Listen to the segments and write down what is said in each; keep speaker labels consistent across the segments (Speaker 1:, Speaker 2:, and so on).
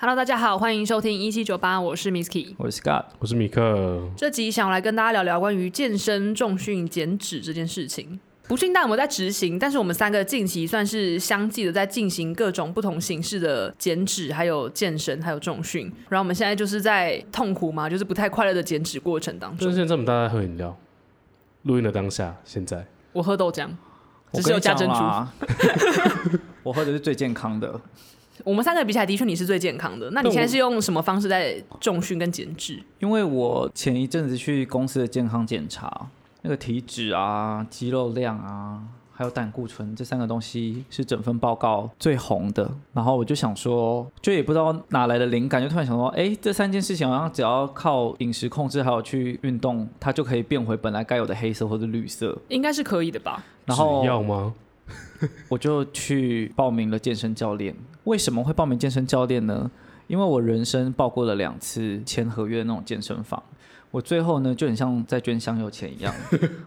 Speaker 1: Hello，大家好，欢迎收听一七九八，我是 Misky。
Speaker 2: 我是 Scott，
Speaker 3: 我是米克，
Speaker 1: 这集想来跟大家聊聊关于健身、重训、减脂这件事情。不确定大家有没有在执行，但是我们三个近期算是相继的在进行各种不同形式的减脂，还有健身，还有重训。然后我们现在就是在痛苦嘛，就是不太快乐的减脂过程当
Speaker 3: 就
Speaker 1: 中。
Speaker 3: 是现在我们大家在喝饮料，录音的当下，现在
Speaker 1: 我喝豆浆，
Speaker 2: 我
Speaker 1: 只
Speaker 2: 跟
Speaker 1: 是
Speaker 2: 你
Speaker 1: 有加珍
Speaker 2: 讲
Speaker 1: 珠。
Speaker 2: 啦 我喝的是最健康的，
Speaker 1: 我们三个比起来，的确你是最健康的。那你
Speaker 3: 但我
Speaker 1: 现在是用什么方式在重训跟减脂？
Speaker 2: 因为我前一阵子去公司的健康检查，那个体脂啊、肌肉量啊，还有胆固醇这三个东西是整份报告最红的。然后我就想说，就也不知道哪来的灵感，就突然想说，哎，这三件事情好像只要靠饮食控制，还有去运动，它就可以变回本来该有的黑色或者绿色。
Speaker 1: 应该是可以的吧？
Speaker 2: 然后
Speaker 3: 只要吗？
Speaker 2: 我就去报名了健身教练。为什么会报名健身教练呢？因为我人生报过了两次签合约的那种健身房，我最后呢就很像在捐香油钱一样，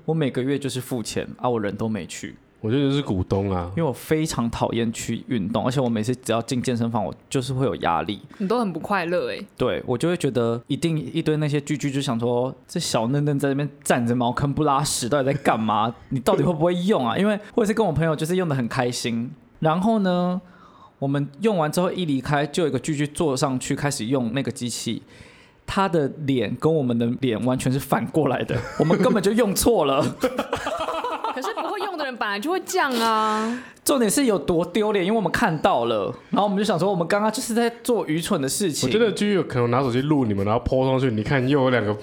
Speaker 2: 我每个月就是付钱啊，我人都没去，
Speaker 3: 我觉得就是股东啊
Speaker 2: 因，为我非常讨厌去运动，而且我每次只要进健身房，我就是会有压力，
Speaker 1: 你都很不快乐哎、
Speaker 2: 对我就会觉得一定一堆那些居居就想说，这小嫩嫩在那边站着茅坑不拉屎，到底在干 嘛？你到底会不会用啊？因为我也是跟我朋友就是用的很开心，然后呢，我们用完之后一离开，就有一个居居坐上去开始用那个机器。他的脸跟我们的脸完全是反过来 的，我们根本就用错了。
Speaker 1: 可是不会用的人本来就会这样啊。
Speaker 2: 重点是有多丢脸，因为我们看到了，然后我们就想说，我们刚刚就是在做愚蠢的事情。
Speaker 3: 我觉得就有可能拿手机录你们，然后抛上去，你看又有两个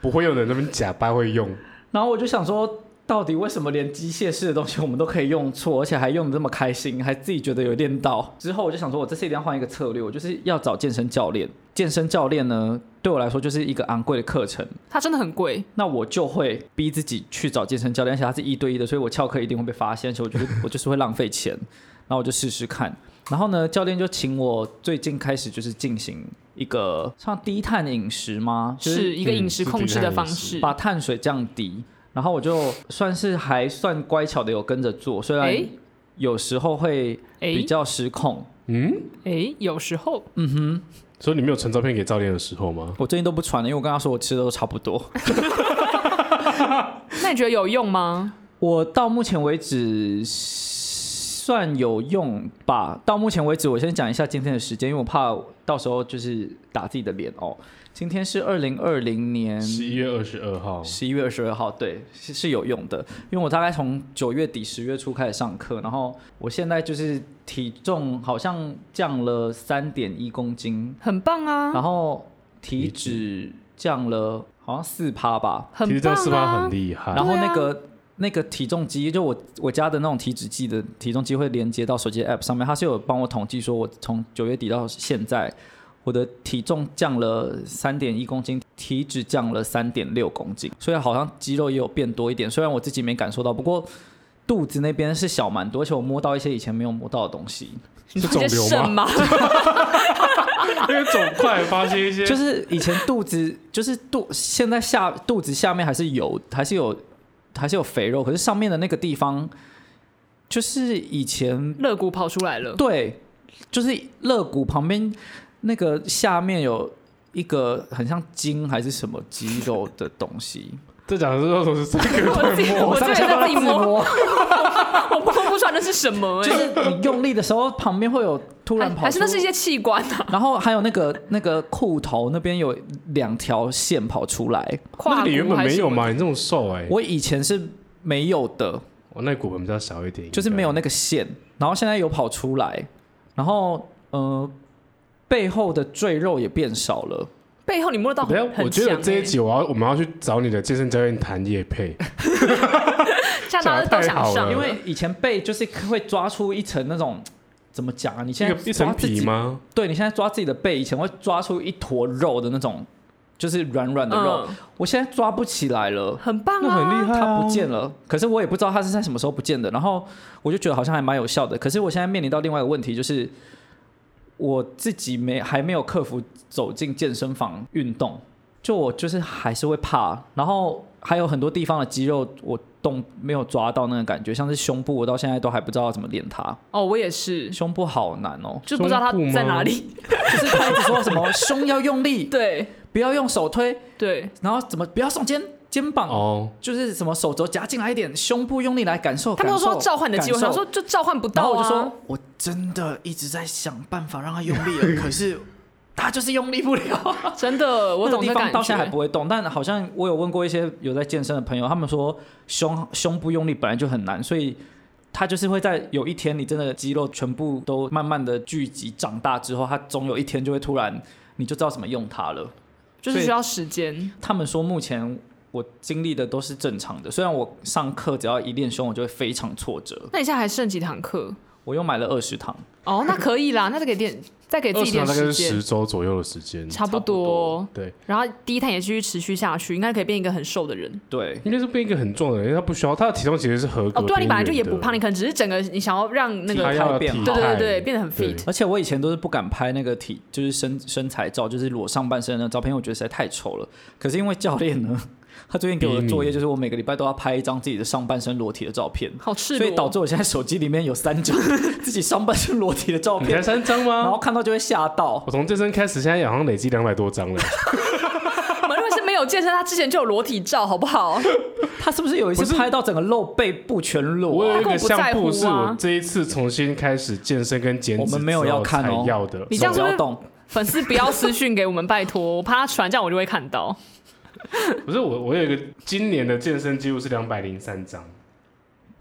Speaker 3: 不会用的人在那边假扮会用，
Speaker 2: 然后我就想说，到底为什么连机械式的东西我们都可以用错，而且还用的这么开心，还自己觉得有练到？之后我就想说，我这次一定要换一个策略，我就是要找健身教练。健身教练呢，对我来说就是一个昂贵的课程，
Speaker 1: 它真的很贵，
Speaker 2: 那我就会逼自己去找健身教练，而且他是一对一的，所以我翘课一定会被发现，而且我觉得我就是会浪费钱。然后我就试试看，然后呢，教练就请我最近开始就是进行一个像低碳饮食吗？就是
Speaker 1: 一个
Speaker 3: 嗯
Speaker 1: 饮食
Speaker 3: 是
Speaker 1: 控
Speaker 3: 低
Speaker 1: 制
Speaker 3: 碳
Speaker 1: 的
Speaker 3: 饮
Speaker 1: 方
Speaker 3: 食
Speaker 1: 式。
Speaker 2: 把碳水降低，然后我就算是还算乖巧的有跟着做，虽然
Speaker 1: 诶
Speaker 2: 有时候会比
Speaker 1: 哎
Speaker 2: 较失控。
Speaker 3: 嗯，
Speaker 1: 哎，有时候
Speaker 3: 所以你没有传照片给教练的时候吗？
Speaker 2: 我最近都不传了，因为我跟他说我吃的都差不多。
Speaker 1: 那你觉得有用吗？
Speaker 2: 我到目前为止算有用吧。到目前为止，我先讲一下今天的时间，因为我怕到时候就是打自己的脸哦。今天是二零二零年
Speaker 3: 十一月二十二号，
Speaker 2: 十一月二十二号，对，是是有用的，因为我大概从九月底十月初开始上课，然后我现在就是体重好像降了三点一公斤，
Speaker 1: 很棒啊，
Speaker 2: 然后体脂降了好像四趴吧，
Speaker 3: 其
Speaker 1: 很
Speaker 3: 实这
Speaker 1: 棒
Speaker 3: 四八
Speaker 1: 啊
Speaker 3: 很。厉害
Speaker 2: 然，后
Speaker 1: 对啊
Speaker 2: 那个、那个体重机，就我我家的那种体脂计的体重机会连接到手机的 app 上面，它是有帮我统计说，我从九月底到现在，我的体重降了三点一公斤，体脂降了三点六公斤，所以好像肌肉也有变多一点，虽然我自己没感受到，不过。肚子那边是小蛮多，而且我摸到一些以前没有摸到的东西，
Speaker 1: 你
Speaker 3: 是
Speaker 1: 说你
Speaker 3: 肿
Speaker 1: 在
Speaker 3: 瘤
Speaker 1: 肾吗？
Speaker 3: 因为肿块发现一些，
Speaker 2: 就是以前肚 子，就是肚，现在下肚子下面还是有，还是有，还是有肥肉，可是上面的那个地方，就是以前
Speaker 1: 肋骨跑出来了，
Speaker 2: 对，就是肋骨旁边那个下面有一个很像筋还是什么肌肉的东西，
Speaker 3: 这讲的是都是 这 个
Speaker 1: 我自己
Speaker 2: 我
Speaker 1: 我这
Speaker 2: 上
Speaker 1: 也
Speaker 2: 下
Speaker 1: 在
Speaker 2: 巴
Speaker 1: 自己
Speaker 2: 自
Speaker 1: 摸，
Speaker 2: 摸，
Speaker 1: 我摸不出来那是什么
Speaker 2: 就
Speaker 1: 哎。
Speaker 2: 是你用力的时候旁边会有突然
Speaker 1: 还
Speaker 2: 跑出，
Speaker 1: 还是那是一些器官啊，
Speaker 2: 然后还有那个那个裤头那边有两条线跑出来，
Speaker 1: 胯
Speaker 3: 那你原
Speaker 1: 骨
Speaker 3: 本
Speaker 1: 还
Speaker 3: 没
Speaker 1: 是
Speaker 3: 有？嘛？你这种瘦哎，
Speaker 2: 我以前是没有的，
Speaker 3: 我那骨盆比较小一点，
Speaker 2: 就是没有那个线，然后现在有跑出来，然后呃背后的赘肉也变少了。
Speaker 1: 背后你摸得到
Speaker 3: 等一
Speaker 1: 很
Speaker 3: 下，我
Speaker 1: 很
Speaker 3: 觉
Speaker 1: 强
Speaker 3: 得这
Speaker 1: 哎
Speaker 3: 一，集我要我们要去找你的健身教练谈业 配，
Speaker 1: 像大家都
Speaker 3: 讲得太
Speaker 1: 想
Speaker 3: 好
Speaker 1: 上，
Speaker 3: 了
Speaker 2: 因为以前背就是会抓出一层那种怎么讲啊？你现
Speaker 3: 一
Speaker 2: 在
Speaker 3: 个一层
Speaker 2: 抓自己
Speaker 3: 皮？吗？
Speaker 2: 对，你现在抓自己的背，以前会抓出一坨肉的那种，就是软软的肉。
Speaker 1: 嗯，
Speaker 2: 我现在抓不起来了，
Speaker 1: 很棒
Speaker 3: 那很
Speaker 1: 啊
Speaker 3: 厉，害
Speaker 2: 它
Speaker 3: 啊，
Speaker 2: 不见了。可是我也不知道它是在什么时候不见的。然后我就觉得好像还蛮有效的。可是我现在面临到另外一个问题，就是我自己没还没有克服走进健身房运动，就我就是还是会怕，然后还有很多地方的肌肉我动没有抓到那个感觉，像是胸部，我到现在都还不知道要怎么练它。
Speaker 1: 哦，我也是，
Speaker 2: 胸部好难 哦，
Speaker 1: 就不知道它
Speaker 3: 胸部吗
Speaker 1: 在哪里。
Speaker 2: 就是他一直说什么胸要用力，
Speaker 1: 对
Speaker 2: 不要用手推，
Speaker 1: 对，
Speaker 2: 然后怎么不要送肩肩膀。
Speaker 3: 哦，
Speaker 2: 就是什么手肘夹进来一点，胸部用力来感受。
Speaker 1: 他们都说
Speaker 2: 感受
Speaker 1: 召唤你的肌肉，
Speaker 2: 感
Speaker 1: 他
Speaker 2: 受
Speaker 1: 说就召唤不
Speaker 2: 然
Speaker 1: 到
Speaker 2: 后我
Speaker 1: 啊。
Speaker 2: 就说，我真的一直在想办法让他用力了，可是他就是用力不了。
Speaker 1: 真的， 我
Speaker 2: 那
Speaker 1: 懂
Speaker 2: 个地
Speaker 1: 这
Speaker 2: 方
Speaker 1: 感
Speaker 2: 到现在还
Speaker 1: 觉。
Speaker 2: 不会动，但好像我有问过一些有在健身的朋友，他们说胸胸部用力本来就很难，所以他就是会在有一天你真的肌肉全部都慢慢的聚集长大之后，他总有一天就会突然你就知道怎么用它了。
Speaker 1: 就是需要时间。
Speaker 2: 他们说目前。我经历的都是正常的，虽然我上课只要一练胸，我就会非常挫折。
Speaker 1: 那你现在还剩几堂课？
Speaker 2: 我又买了二十堂，
Speaker 1: 哦，那可以啦，那就给点，再给自
Speaker 3: 二
Speaker 1: 己一
Speaker 3: 十大
Speaker 1: 点
Speaker 3: 概
Speaker 1: 时
Speaker 3: 是
Speaker 1: 间
Speaker 3: 十，周左右的时间，
Speaker 1: 差不
Speaker 2: 差不多
Speaker 1: 多。
Speaker 3: 对，
Speaker 1: 然后第一趟也继续持续下去，应该可以变一个很瘦的人。
Speaker 2: 对，
Speaker 3: 应该是变一个很壮的人，因为他不需要他的体重其实是合格
Speaker 1: 哦，对啊，你本来就也
Speaker 3: 边缘
Speaker 1: 不
Speaker 3: 的
Speaker 1: 胖，你可能只是整个你想要让 那
Speaker 3: 他
Speaker 1: 个，
Speaker 3: 要
Speaker 2: 态变
Speaker 3: 体
Speaker 2: 好
Speaker 1: 对对
Speaker 3: 态
Speaker 1: 对对，变得很 fit。
Speaker 2: 而且我以前都是不敢拍那个体，就是身身材照，就是裸上半身的那个照片，我觉得实在太丑了。可是因为教练呢， 他最近给我的作业就是我每个礼拜都要拍一张自己的上半身裸体的照片，
Speaker 1: 好赤
Speaker 2: 所以导
Speaker 1: 裸，
Speaker 2: 致我现在手机里面有三张自己上半身裸体的照
Speaker 3: 你才
Speaker 2: 片，
Speaker 3: 三张
Speaker 2: 然
Speaker 3: 吗
Speaker 2: 后？看到就会吓到。
Speaker 3: 我从健身开始，现在好像累积两百 多张了。
Speaker 1: 我们如果是没有健身，他之前就有裸体照，好不 好？
Speaker 2: 他是不是有一
Speaker 3: 不
Speaker 2: 次
Speaker 3: 是
Speaker 2: 拍到整个露背部全
Speaker 3: 我
Speaker 2: 裸、
Speaker 3: 有
Speaker 2: 啊
Speaker 3: 一？个相
Speaker 1: 他根本不
Speaker 3: 簿
Speaker 1: 在
Speaker 3: 是
Speaker 1: 乎啊
Speaker 3: 我这一次重新开始健身跟减脂，
Speaker 2: 我们没有要看哦
Speaker 3: 要的。
Speaker 1: 你这样
Speaker 2: 手
Speaker 1: 是不
Speaker 2: 不
Speaker 1: 是
Speaker 2: 要动，
Speaker 1: 粉丝不要私讯给我们，拜托，我怕他传，这样我就会看到。
Speaker 3: 不是我，我有一个今年的健身记录是两百零三张。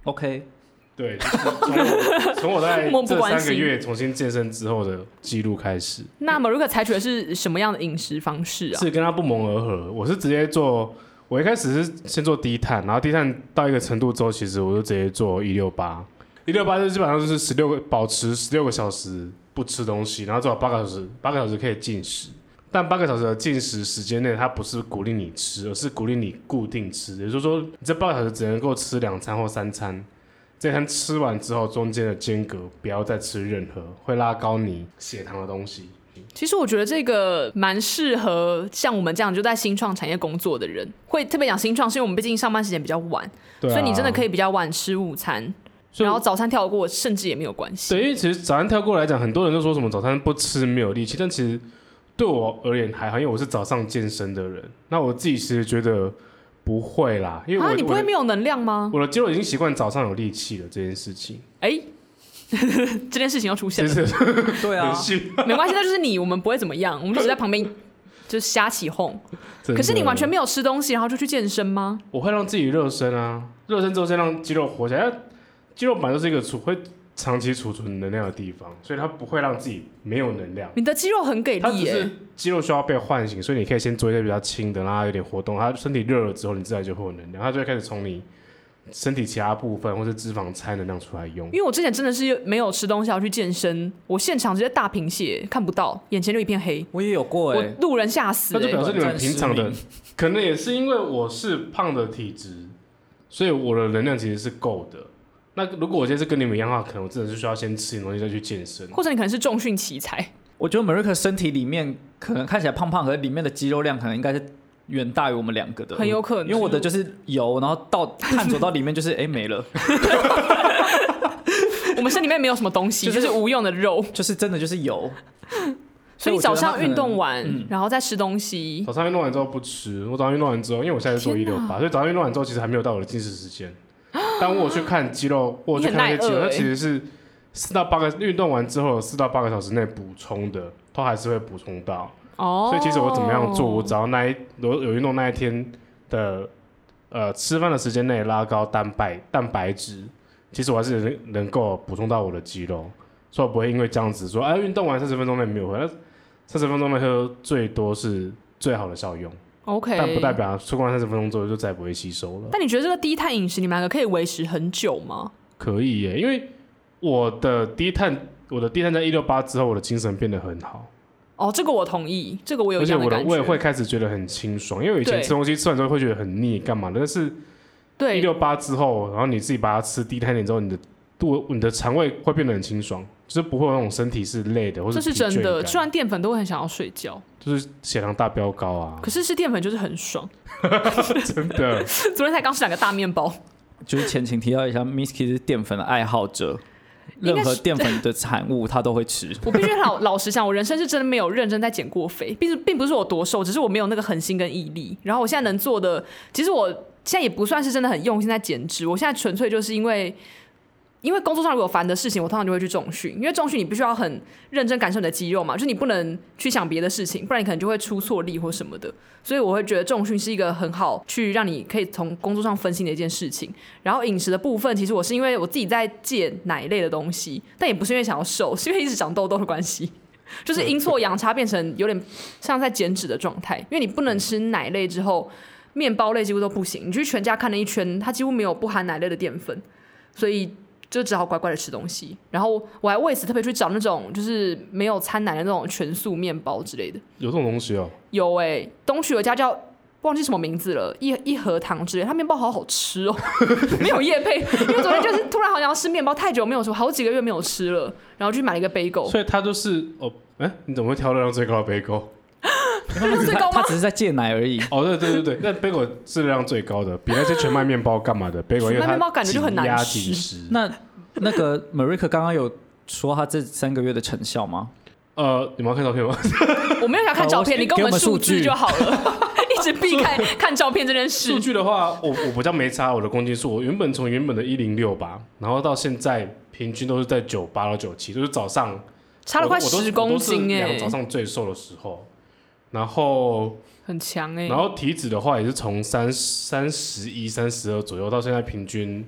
Speaker 2: OK，
Speaker 3: 对，就是从我从我在
Speaker 1: 漠不
Speaker 3: 这
Speaker 1: 关心
Speaker 3: 三个月重新健身之后的记录开始，
Speaker 1: 那么如果采取的是什么样的饮食方式啊？
Speaker 3: 是跟他不谋而合。我是直接做，我一开始是先做低碳，然后低碳到一个程度之后，其实我就直接做一六八，一六八就基本上就是十六个保持十六个小时不吃东西，然后最好八个小时，八个小时可以进食。但八个小时的进食时间内，它不是鼓励你吃，而是鼓励你固定吃。也就是说，你这八个小时只能够吃两餐或三餐，这餐吃完之后，中间的间隔不要再吃任何会拉高你血糖的东西。
Speaker 1: 其实我觉得这个蛮适合像我们这样就在新创产业工作的人，会特别讲新创，是因为我们毕竟上班时间比较晚，
Speaker 3: 对啊、
Speaker 1: 所以你真的可以比较晚吃午餐，
Speaker 3: 所以
Speaker 1: 然
Speaker 3: 我
Speaker 1: 后早餐跳过，甚至也没有关系。
Speaker 3: 对，因为其实早餐跳过来讲，很多人都说什么早餐不吃没有力气，但其实对我而言还好，因为我是早上健身的人。那我自己其实觉得不会啦，因为我
Speaker 1: 啊，你不
Speaker 3: 我
Speaker 1: 会
Speaker 3: 的
Speaker 1: 没有能量吗？
Speaker 3: 我的肌肉已经习惯早上有力气了这件事情，
Speaker 1: 哎、 这件事情要出现
Speaker 3: 就
Speaker 1: 了，
Speaker 3: 是
Speaker 2: 对啊
Speaker 3: 很，幸
Speaker 1: 没关系，那就是你，我们不会怎么样，我们就只在 旁边就瞎起哄。
Speaker 3: 真
Speaker 1: 可是你
Speaker 3: 的
Speaker 1: 完全没有吃东西，然后就去健身吗？
Speaker 3: 我会让自己热身啊，热身之后先让肌肉活起来。因为肌肉本来就是一个储会长期储存能量的地方，所以它不会让自己没有能量。
Speaker 1: 你的肌肉很给
Speaker 3: 它
Speaker 1: 力
Speaker 3: 只
Speaker 1: 耶、
Speaker 3: 是肌肉需要被唤醒，所以你可以先做一些比较轻的，让它有点活动。它身体热了之后，你自然就会有能量，它就会开始从你身体其他部分或是脂肪拆能量出来用
Speaker 1: 因。为我之前真的是没有吃东西要去健身，我现场直接大贫血，看不到，眼前就一片黑，
Speaker 2: 我也有过哎、
Speaker 1: 我路人吓死、
Speaker 3: 那就
Speaker 1: 欸。
Speaker 3: 表示你们平常
Speaker 2: 短
Speaker 3: 的
Speaker 2: 暂失，
Speaker 3: 可能也是因为我是胖的体质，所以我的能量其实是够的。那如果我今天是跟你们一样的话，可能我真的是需要先吃点东西再去健身。
Speaker 1: 或者你可能是重训奇才，
Speaker 2: 我觉得 Marika 身体里面可能看起来胖胖，可是里面的肌肉量可能应该是远大于我们两个的，
Speaker 1: 很有可能
Speaker 2: 因为 我的就是油，然后到探索到里面就是哎、没了，
Speaker 1: 我们身里面没有什么东西，
Speaker 2: 就
Speaker 1: 就是是无用的肉。
Speaker 2: 就是真的就是油。
Speaker 1: 所以你
Speaker 2: 我觉
Speaker 1: 早
Speaker 2: 得它
Speaker 1: 上
Speaker 2: 可能
Speaker 1: 运动完，
Speaker 2: 嗯
Speaker 1: 然后再吃东西，
Speaker 3: 早上运动完之后不吃，我早上运动完之后，因为我现在是做一
Speaker 1: 天
Speaker 3: 六
Speaker 1: 哪
Speaker 3: 八，所以早上运动完之后其实还没有到我的进食时间。但我有去看肌肉，我有去看那些肌
Speaker 1: 你很
Speaker 3: 肉，
Speaker 1: 耐饿
Speaker 3: 它
Speaker 1: 欸
Speaker 3: 其实是四到八个运动完之后，四到八个小时内补充的，它还是会补充到。
Speaker 1: 哦，
Speaker 3: 所以其实我怎么样做，我只要那一我有运动那一天的呃吃饭的时间内拉高蛋白蛋白质，其实我还是能能够补充到我的肌肉，所以我不会因为这样子说，哎、运动完三十分钟内没有喝，三十分钟内喝最多是最好的效用。
Speaker 1: OK，
Speaker 3: 但不代表吃光三十分钟之后就再也不会吸收了。
Speaker 1: 但你觉得这个低碳饮食，你们两个可以维持很久吗？
Speaker 3: 可以耶，因为我的低碳，我的低碳在一六八之后，我的精神变得很好，
Speaker 1: 哦，这个我同意，这个我有
Speaker 3: 而
Speaker 1: 一
Speaker 3: 且
Speaker 1: 样
Speaker 3: 我的
Speaker 1: 感觉。
Speaker 3: 胃会开始觉得很清爽。因为我以前
Speaker 1: 对
Speaker 3: 吃东西吃完之后会觉得很腻，干嘛的？但是一
Speaker 1: 对，
Speaker 3: 六八之后，然后你自己把它吃低碳一点之后，你的肚、你的肠胃会变得很清爽，就是不会有那种身体是累的，或者
Speaker 1: 这是真的。吃
Speaker 3: 虽然
Speaker 1: 完淀粉都会很想要睡觉，
Speaker 3: 就是血糖大飙高啊
Speaker 1: 可，是吃淀粉就是很爽。
Speaker 3: 真的。
Speaker 1: 昨天才刚吃两个大面包，
Speaker 2: 就是前情提到一下，Misky 是淀粉的爱好者，
Speaker 1: 应该
Speaker 2: 任
Speaker 1: 是
Speaker 2: 何淀粉的产物他都会 吃。
Speaker 1: 我必须老老实讲，我人生是真的没有认真在减过肥，并并不是我多瘦，只是我没有那个恒心跟毅力。然后我现在能做的，其实我现在也不算是真的很用心在减脂，我现在纯粹就是因为。因为工作上如果有烦的事情，我通常就会去重训，因为重训你必须要很认真感受你的肌肉嘛，就是你不能去想别的事情，不然你可能就会出错力或什么的。所以我会觉得重训是一个很好去让你可以从工作上分心的一件事情。然后饮食的部分，其实我是因为我自己在戒奶类的东西，但也不是因为想要瘦， 是因为一直长痘痘的关系，就是阴错阳差变成有点像在减脂的状态，因为你不能吃奶类之后，面包类几乎都不行。你去全家看了一圈，它几乎没有不含奶类的淀粉，所以。就只好乖乖的吃东西，然后我还为此特别去找那种就是没有掺奶的那种全素面包之类的。
Speaker 3: 有这种东 西哦、
Speaker 1: 有哎、东区有一家叫忘记什么名字了，一一盒糖之类，它面包好好吃哦， 没有夜配，因为昨天就是突然好想要吃面包，太久没有吃，好几个月没有吃了，然后去买了一个 bagel，
Speaker 3: 所以它就是哦，哎、你怎么会挑热量最高的 bagel？
Speaker 1: 这是最
Speaker 2: 他
Speaker 1: 高
Speaker 2: 他
Speaker 1: 吗？
Speaker 2: 只是在戒奶而已。
Speaker 3: 哦，对对对对，那 bagel 是热量最高的，比那些全麦面包干嘛的 bagel，因为
Speaker 1: 全麦
Speaker 3: 它
Speaker 1: 面包感觉就很难
Speaker 3: 紧压
Speaker 1: 吃
Speaker 3: 紧实。
Speaker 2: 那那个 m a r i k 刚刚有说他这三个月的成效吗？
Speaker 3: 呃，你们要看照片吗？
Speaker 1: 我没有想看照片，
Speaker 2: 好
Speaker 1: 你跟
Speaker 2: 给
Speaker 1: 我们
Speaker 2: 我们
Speaker 1: 数
Speaker 2: 数
Speaker 1: 字
Speaker 2: 据
Speaker 1: 就好了， 一直避开看照片这件
Speaker 3: 数
Speaker 1: 事。
Speaker 3: 据的话，我我比较没差我的公斤数，我原本从原本的一零六吧，然后到现在平均都是在九八到九七，就是早上
Speaker 1: 差了快
Speaker 3: 我我都
Speaker 1: 十公斤
Speaker 3: 我都
Speaker 1: 哎、
Speaker 3: 是量早欸上最瘦的时候。然后，
Speaker 1: 很强哎、
Speaker 3: 然后体脂的话也是从三三十一、三十二左右，到现在平均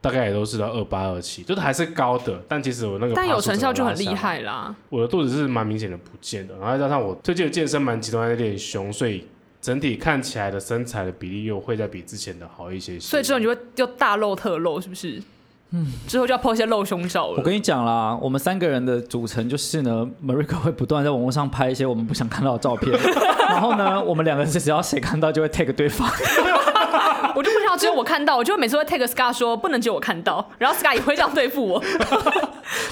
Speaker 3: 大概也都是到二八二七，就是还是高的。但其实我那个
Speaker 1: 但
Speaker 3: 趴
Speaker 1: 有
Speaker 3: 数
Speaker 1: 成
Speaker 3: 整
Speaker 1: 效
Speaker 3: 个
Speaker 1: 就
Speaker 3: 拉
Speaker 1: 很厉
Speaker 3: 下来
Speaker 1: 害啦。
Speaker 3: 我的肚子是蛮明显的不见的，然后再加上我最近的健身蛮集中在练胸，所以整体看起来的身材的比例又会再比之前的好一些些。
Speaker 1: 所以之后你就会又大露特露，是不是？嗯，之后就要抛一些露胸照
Speaker 2: 我
Speaker 1: 了。
Speaker 2: 跟你讲啦，我们三个人的组成就是呢 m a r i k 会不断在网络上拍一些我们不想看到的 照片，然后呢，我们两个人只要谁看到就会 take 对方。
Speaker 1: 我就不想要只有我看到，我就每次会 take Scar 说不能只有我看到，然后 Scar 也会这样对付 我。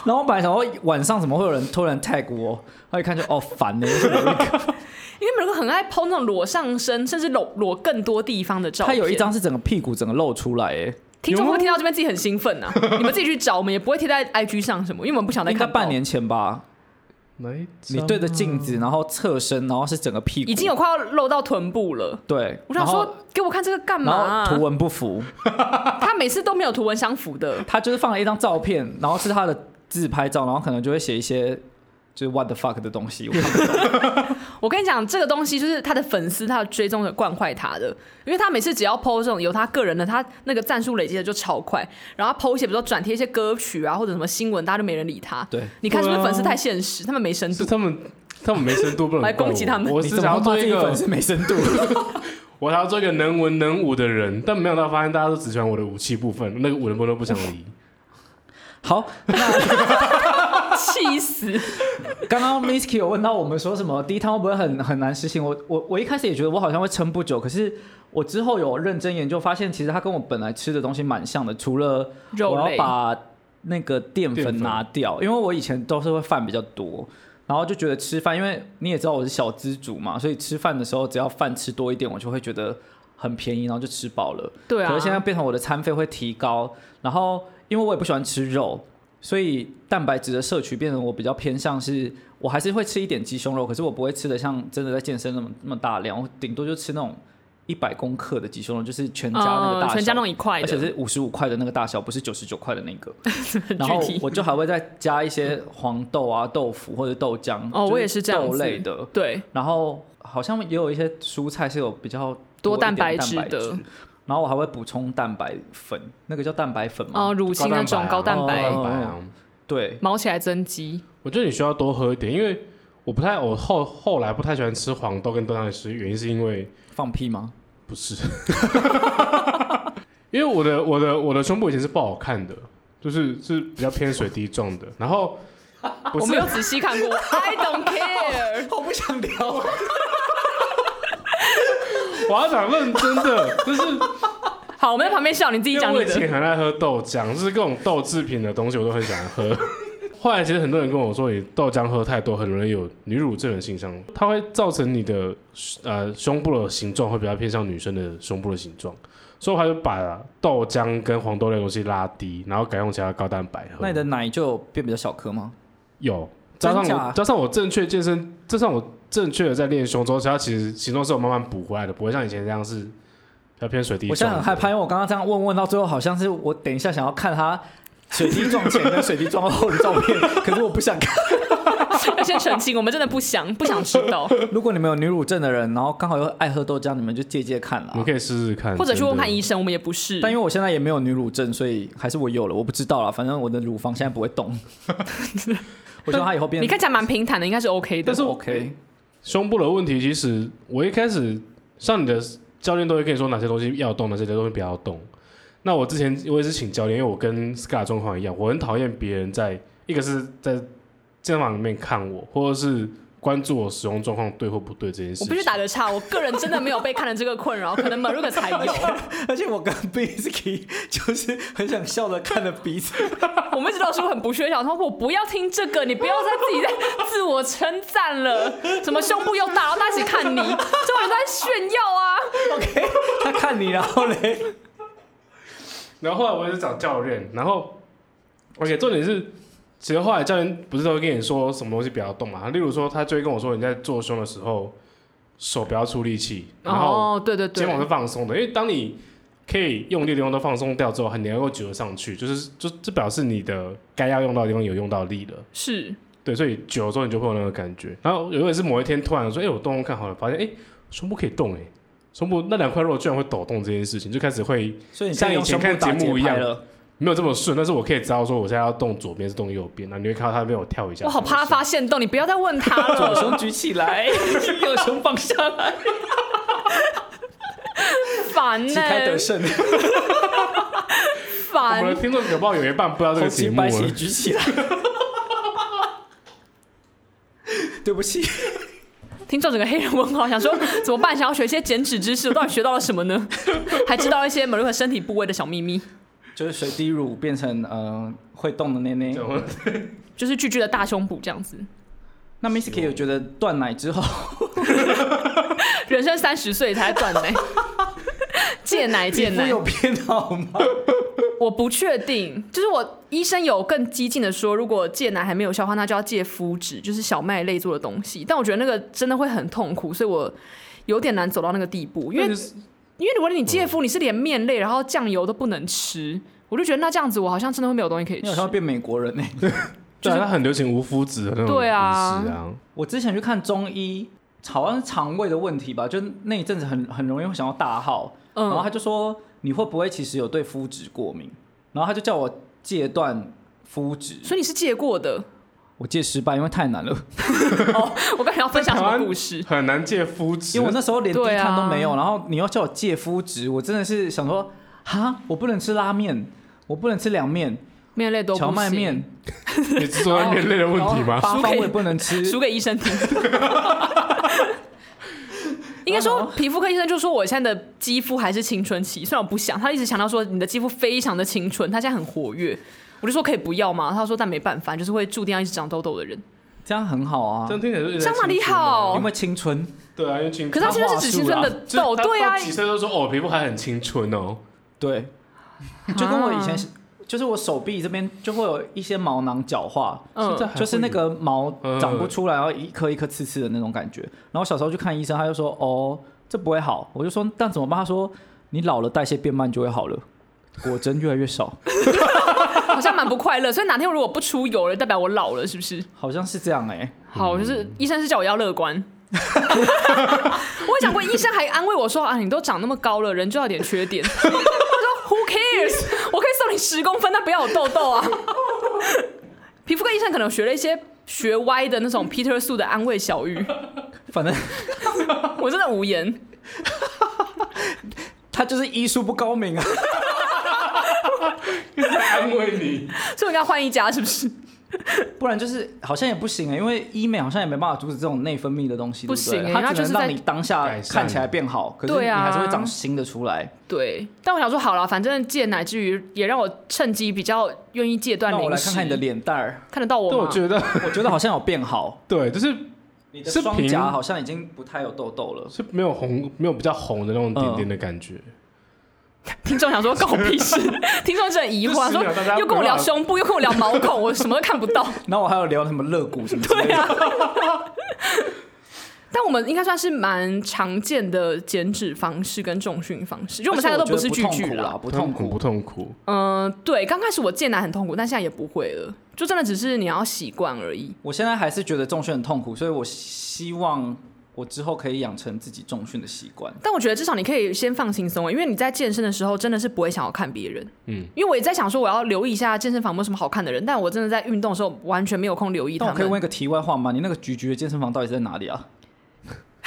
Speaker 2: 然后我本来想说晚上怎么会有人突然 tag 我，他一看就哦烦呢、
Speaker 1: 因为美国很爱 PO 那种裸上身，甚至裸裸更多地方 的照
Speaker 2: 他
Speaker 1: 片。
Speaker 2: 有一，张是整个屁股整个露出来、欸，
Speaker 1: 听众会听到这边自己很兴奋啊！你们自己去找，我们也不会贴在 IG 上什么，因为我们不想再
Speaker 2: 应该
Speaker 1: 看到。
Speaker 2: 半年前吧，
Speaker 3: 哪一
Speaker 2: 你
Speaker 3: 张
Speaker 2: 对着镜子，然后侧身，然后是整个屁股，
Speaker 1: 已经有快要露到臀部了。
Speaker 2: 对，
Speaker 1: 我想
Speaker 2: 然后
Speaker 1: 说，给我看这个干嘛、
Speaker 2: 然后
Speaker 1: 啊
Speaker 2: 图？文不符，
Speaker 1: 他每次都没有图文相符的。
Speaker 2: 他就是放了一张照片，然后是他的自拍照，然后可能就会写一些就是 what the fuck 的东西，我看不懂
Speaker 1: 我跟你讲，这个东西就是他的粉丝、他的追踪者惯坏他的，因为他每次只要 PO 这种有他个人的，他那个赞数累积的就超快，然后他 PO 一些比如说转贴一些歌曲啊或者什么新闻，大家就没人理他。
Speaker 2: 对，
Speaker 1: 你看是不是
Speaker 3: 对啊
Speaker 1: 粉丝太现实，他们没深
Speaker 3: 是
Speaker 1: 度？
Speaker 3: 他们，他们没深度，不能
Speaker 1: 来
Speaker 3: 怪
Speaker 1: 攻击
Speaker 3: 我
Speaker 1: 他们
Speaker 3: 我
Speaker 2: 你
Speaker 3: 是
Speaker 2: 怎
Speaker 3: 想
Speaker 2: 么
Speaker 3: 要
Speaker 2: 骂
Speaker 3: 做
Speaker 2: 自
Speaker 3: 一
Speaker 2: 己
Speaker 3: 个
Speaker 2: 粉，丝没深度？
Speaker 3: 我想要做一个能文能武的人，但没有到发现大家都只喜欢我的武器部分，那个武的部分都不想理。
Speaker 2: 好，
Speaker 1: 气死！
Speaker 2: 刚刚 Misky 有问到我们说什么第一趟会不会很很难实行？我我我一开始也觉得我好像会撑不久，可是我之后有认真研究，发现其实它跟我本来吃的东西蛮像的，除了
Speaker 1: 肉
Speaker 2: 我
Speaker 1: 类
Speaker 2: 要把那个淀粉拿掉，因为我以前都是会饭比较多，然后就觉得吃饭，因为你也知道我是小资主嘛，所以吃饭的时候只要饭吃多一点，我就会觉得很便宜，然后就吃饱了。
Speaker 1: 对啊
Speaker 2: 可是现在变成我的餐费会提高，然后因为我也不喜欢吃肉，所以蛋白质的摄取变成我比较偏向是，我还是会吃一点鸡胸肉，可是我不会吃的像真的在健身那么那么大量，我顶多就吃那种一百公克的鸡胸肉，就是全家那个大
Speaker 1: 嗯
Speaker 2: 小，
Speaker 1: 全家 弄一块
Speaker 2: 而 且
Speaker 1: 的，
Speaker 2: 是五十五块的那个大小，不是九十九块的那 个。
Speaker 1: 很
Speaker 2: 然
Speaker 1: 具
Speaker 2: 后
Speaker 1: 体。
Speaker 2: 我就还会再加一些黄豆啊、豆腐或者豆浆。
Speaker 1: 哦，
Speaker 2: 就
Speaker 1: 我也是这样
Speaker 2: 豆
Speaker 1: 子
Speaker 2: 类的。
Speaker 1: 对，
Speaker 2: 然后好像也有一些蔬菜是有比较
Speaker 1: 多
Speaker 2: 一
Speaker 1: 蛋
Speaker 2: 点
Speaker 1: 白
Speaker 2: 蛋
Speaker 1: 质
Speaker 2: 白
Speaker 1: 的
Speaker 2: 质，然后我还会补充蛋白粉，那个叫蛋白粉吗？
Speaker 1: 哦，乳清那种高
Speaker 3: 高
Speaker 1: 蛋白，
Speaker 3: 啊
Speaker 2: 哦
Speaker 3: 蛋白啊
Speaker 2: 对，
Speaker 1: 毛起来增肌。
Speaker 3: 我觉得你需要多喝一点，因为我不太，我后后来不太喜欢吃黄豆跟豆浆的食物，原因是因为
Speaker 2: 放屁吗？
Speaker 3: 不是， 因为我的我的我的胸部以前是不好看的，就是是比较偏水滴状的。然后不
Speaker 1: 我
Speaker 3: 是
Speaker 1: 没有仔细看过，I don't care。
Speaker 2: 我不想聊。
Speaker 3: 我要讲认真的，就是
Speaker 1: 好，我们在旁边笑，你自己
Speaker 3: 因为
Speaker 1: 讲
Speaker 3: 我
Speaker 1: 你
Speaker 3: 以
Speaker 1: 的。
Speaker 3: 前很爱喝豆浆，就是各种豆制品的东西我都很喜欢喝。 后来其实很多人跟我说，你豆浆喝太多很容易有女乳症的倾向，它会造成你的呃胸部的形状会比较偏向女生的胸部的形状，所以我还就把豆浆跟黄豆类的东西拉低，然后改用其他高蛋白喝。
Speaker 2: 那你的奶就变比较小颗吗？
Speaker 3: 有加上
Speaker 2: 真
Speaker 3: 我
Speaker 2: 假
Speaker 3: 加上我正确健身，加上我正确的在练胸之后，其实它其实形状是有慢慢补回来的，不会像以前这样是比较偏水滴状的。
Speaker 2: 我现在很害怕，因为我刚刚这样问问到最后，好像是我等一下想要看他水滴撞前跟水滴撞后的照片，可是我不 想看。
Speaker 1: 要先澄清，我们真的不想不想知道，
Speaker 2: 如果你们有女乳症的人，然后刚好又爱喝豆浆，你们就借借看啦
Speaker 3: 我。们可以试试看，
Speaker 1: 或者去问看
Speaker 3: 真的
Speaker 1: 医生，我们也不是。
Speaker 2: 但因为我现在也没有女乳症，所以还是我有了，我不知道啦。反正我的乳房现在不会动。 我希望它以后变。
Speaker 1: 你看起来蛮平坦的，应该是 OK 的
Speaker 3: 但。是我
Speaker 2: OK，
Speaker 3: 胸部的问题，其实我一开始像你的教练都会跟你说哪些东西要动，哪些东西不要动。那我之前我也是请教练，因为我跟 Scar 状况一样，我很讨厌别人在一个是在健身房里面看我，或者是关注我使用状况对或不对这件事
Speaker 1: 我
Speaker 3: 情
Speaker 1: 必须。打个岔，我个人真的没有被看的这个困扰，可能 Maruka 才 有。
Speaker 2: 而且我跟 Bisky 就是很想笑的看着彼此，
Speaker 1: 我们一直都说很不屑，想说我不要听这个，你不要再自己在自我称赞了，什么胸部又大，然后大家一起看你，这玩意在炫耀啊！
Speaker 2: 他看你，然后嘞，
Speaker 3: 然后后来我也是找教练，然后而且重点是，其实后来教练不是都会跟你说什么东西不要动嘛？例如说，他就会跟我说你在做胸的时候手不要出力气，然后
Speaker 1: 哦，对对对
Speaker 3: 肩，膀是放松的，因为当你可以用力的地方都放松掉之后，你能够举得上去，就是就这表示你的该要用到的地方有用到力了。
Speaker 1: 是
Speaker 3: 对，所以久了之后你就会有那个感觉。然后有一次某一天突然说，哎、我动动看好了，发现哎、胸部可以动哎、胸部那两块肉居然会抖动这件事情，就开始会
Speaker 2: 所以你
Speaker 3: 像以
Speaker 2: 用
Speaker 3: 前
Speaker 2: 胸
Speaker 3: 看
Speaker 2: 部打
Speaker 3: 节目
Speaker 2: 节
Speaker 3: 一样
Speaker 2: 拍了。
Speaker 3: 没有这么顺，但是我可以知道说我现在要动左边是动右边，然后你会看到他被我跳一下。
Speaker 1: 我好怕他发现动，你不要再问他
Speaker 2: 左
Speaker 1: 了，
Speaker 2: 胸举起来， 右胸放下来，
Speaker 1: 烦欸
Speaker 2: 旗
Speaker 1: 呢、
Speaker 2: 开得胜，
Speaker 3: 我们
Speaker 1: 烦
Speaker 3: 的。听众可不好有一半不知道这
Speaker 2: 红
Speaker 3: 个节
Speaker 2: 旗
Speaker 3: 目
Speaker 2: 白
Speaker 3: 了。
Speaker 2: 旗举起来。 对不起，
Speaker 1: 听众整个黑人问号，想 说怎么办？想要学一些减脂知识，我到底学到了什么呢？ 还知道一些 Maruka 身体部位的小秘密，
Speaker 2: 就是水滴乳变成呃会动的内内
Speaker 3: 对。我们
Speaker 1: 就是巨巨的大胸部这样子。
Speaker 2: 那 Miss K 有觉得断奶之后，
Speaker 1: 人生三十岁才 断奶，戒奶戒
Speaker 2: 皮肤
Speaker 1: 奶，
Speaker 2: 有变好 吗？
Speaker 1: 我不确定。就是我医生有更激进的说，如果戒奶还没有效的话，那就要戒麸质，就是小麦类做的东西。但我觉得那个真的会很痛苦，所以我有点难走到那个地步，因为
Speaker 3: 那就是
Speaker 1: 因为如果你戒麸，你是连面类然后酱油都不能吃，我就觉得那这样子我好像真的会没有东西可以
Speaker 2: 你
Speaker 1: 吃
Speaker 2: 好。像变美国人欸呢、
Speaker 3: 对啊，它很流行无麸质的 那种
Speaker 1: 对啊
Speaker 3: 饮食啊
Speaker 2: 我之前去看中医，好像是肠胃的问题吧，就那一阵子很很容易会想要大号，然后
Speaker 1: 嗯
Speaker 2: 他就说你会不会其实有对麸质过敏，然后他就叫我戒断麸质，
Speaker 1: 所以你是戒过的
Speaker 2: 我戒失败，因为太难了，
Speaker 1: 哦。我刚才要分享什
Speaker 3: 台
Speaker 1: 么
Speaker 3: 湾
Speaker 1: 故事？
Speaker 3: 很难戒麸质
Speaker 2: 因为我。那时候连低
Speaker 1: 对啊
Speaker 2: 碳都没有，然后你要叫我戒麸质，我真的是想说，哈，我不能吃拉面，我不能吃凉面，
Speaker 1: 面类都不
Speaker 2: 荞麦
Speaker 1: 行，
Speaker 2: 面，
Speaker 3: 你是说面类的问题
Speaker 2: 然后？八
Speaker 3: 吗
Speaker 2: 方
Speaker 1: 输给
Speaker 2: 我也不能吃，
Speaker 1: 输给医生听。应该说，皮肤科医生就说我现在的肌肤还是青春期，虽然我不想，他一直强调说你的肌肤非常的青春，他现在很活跃。我就说可以不要嘛，他说但没办法，就是会注定要一直长痘痘的人。
Speaker 2: 这样很好啊
Speaker 3: 这，样听起来就
Speaker 1: 这样哪里好
Speaker 2: 因为青春。
Speaker 3: 啊对啊，因为青
Speaker 1: 哦可是他现在是指青春的 痘，对啊，
Speaker 3: 几岁都说哦，皮肤还很 青春哦。
Speaker 2: 对， 就跟我以前是，
Speaker 1: 啊
Speaker 2: 就是我手臂这边就会有一些毛囊角化，
Speaker 1: 嗯
Speaker 3: 现在还会
Speaker 2: 就是那个毛
Speaker 3: 嗯
Speaker 2: 长不出来，然后一颗一颗刺刺的那种感觉。然后小时候去看医生，他就说：“哦，这不会好。”我就说：“但怎么办？”他说：“你老了代谢变慢就会好了。”果真越来越少，
Speaker 1: 好像蛮不快乐。所以哪天如果不出油了，代表我老了，是不是？
Speaker 2: 好像是这样哎、
Speaker 1: 好，就是医生是叫我要乐观。 我有讲过，医生还安慰我说：“啊，你都长那么高了，人就要有点缺点。” 他说：“Who cares？我可以送你十公分，但不要有痘痘啊。”皮肤科医生可能学了一些学歪的那种 Peter Su 的安慰小语，
Speaker 2: 反正
Speaker 1: 我真的无言。
Speaker 2: 他就是医术不高明啊。
Speaker 3: 在安慰你，
Speaker 1: 所以我应该换一家，是不是？
Speaker 2: 不然就是好像也不行、欸，因为医美好像也没办法阻止这种内分泌的东西，
Speaker 1: 不
Speaker 2: 对对
Speaker 1: 行欸
Speaker 2: 它
Speaker 1: 它
Speaker 2: 只
Speaker 1: 就
Speaker 2: 能
Speaker 1: 是
Speaker 2: 让
Speaker 1: 在
Speaker 2: 你当下
Speaker 3: 改善
Speaker 2: 看起来变好，可是你
Speaker 1: 对啊
Speaker 2: 还是会长新的出来。
Speaker 1: 对，但我想说，好了，反正戒奶之余，也让我趁机比较愿意戒断
Speaker 2: 那
Speaker 1: 零食。
Speaker 2: 我来看看你的，脸蛋 儿，
Speaker 1: 看得到我
Speaker 3: 但
Speaker 1: 吗？
Speaker 3: 我觉得，
Speaker 2: 我觉得好像有变好，
Speaker 3: 对，就是
Speaker 2: 你的
Speaker 3: 是
Speaker 2: 双
Speaker 3: 平
Speaker 2: 颊好像已经不太有痘痘了。
Speaker 3: 是没有红，没有比较红的那种点点的感觉。
Speaker 1: 嗯听众想说关我屁 事，听众是很疑惑，
Speaker 3: 就
Speaker 1: 说
Speaker 3: 是啊大家
Speaker 1: 又跟我聊
Speaker 3: 没办法
Speaker 1: 胸部，又跟我聊毛孔，我什么都看不 到。
Speaker 2: 然后我还有聊什么肋骨什么之类
Speaker 1: 对
Speaker 2: 的，
Speaker 1: 啊，但我们应该算是蛮常见的减脂方式跟重训方式，就我们三个都
Speaker 2: 而且我
Speaker 1: 是
Speaker 2: 觉
Speaker 1: 拒拒
Speaker 2: 得不痛苦啊啦，
Speaker 1: 了。
Speaker 2: 不痛
Speaker 3: 不
Speaker 2: 苦。
Speaker 3: 痛苦？
Speaker 1: 嗯、对，刚开始我戒奶很痛苦，但现在也不会了，就真的只是你要习惯而已。
Speaker 2: 我现在还是觉得重训很痛苦，所以我希望我之后可以养成自己重训的习惯。
Speaker 1: 但我觉得至少你可以先放轻松，因为你在健身的时候真的是不会想要看别人。嗯
Speaker 3: 嗯，
Speaker 1: 因为我也在想说我要留意一下健身房有没有什么好看的人，但我真的在运动的时候完全没有空留意他
Speaker 2: 但我
Speaker 1: 们。
Speaker 2: 可以问一个题外话吗？你那个橘橘的健身房到底在哪里啊？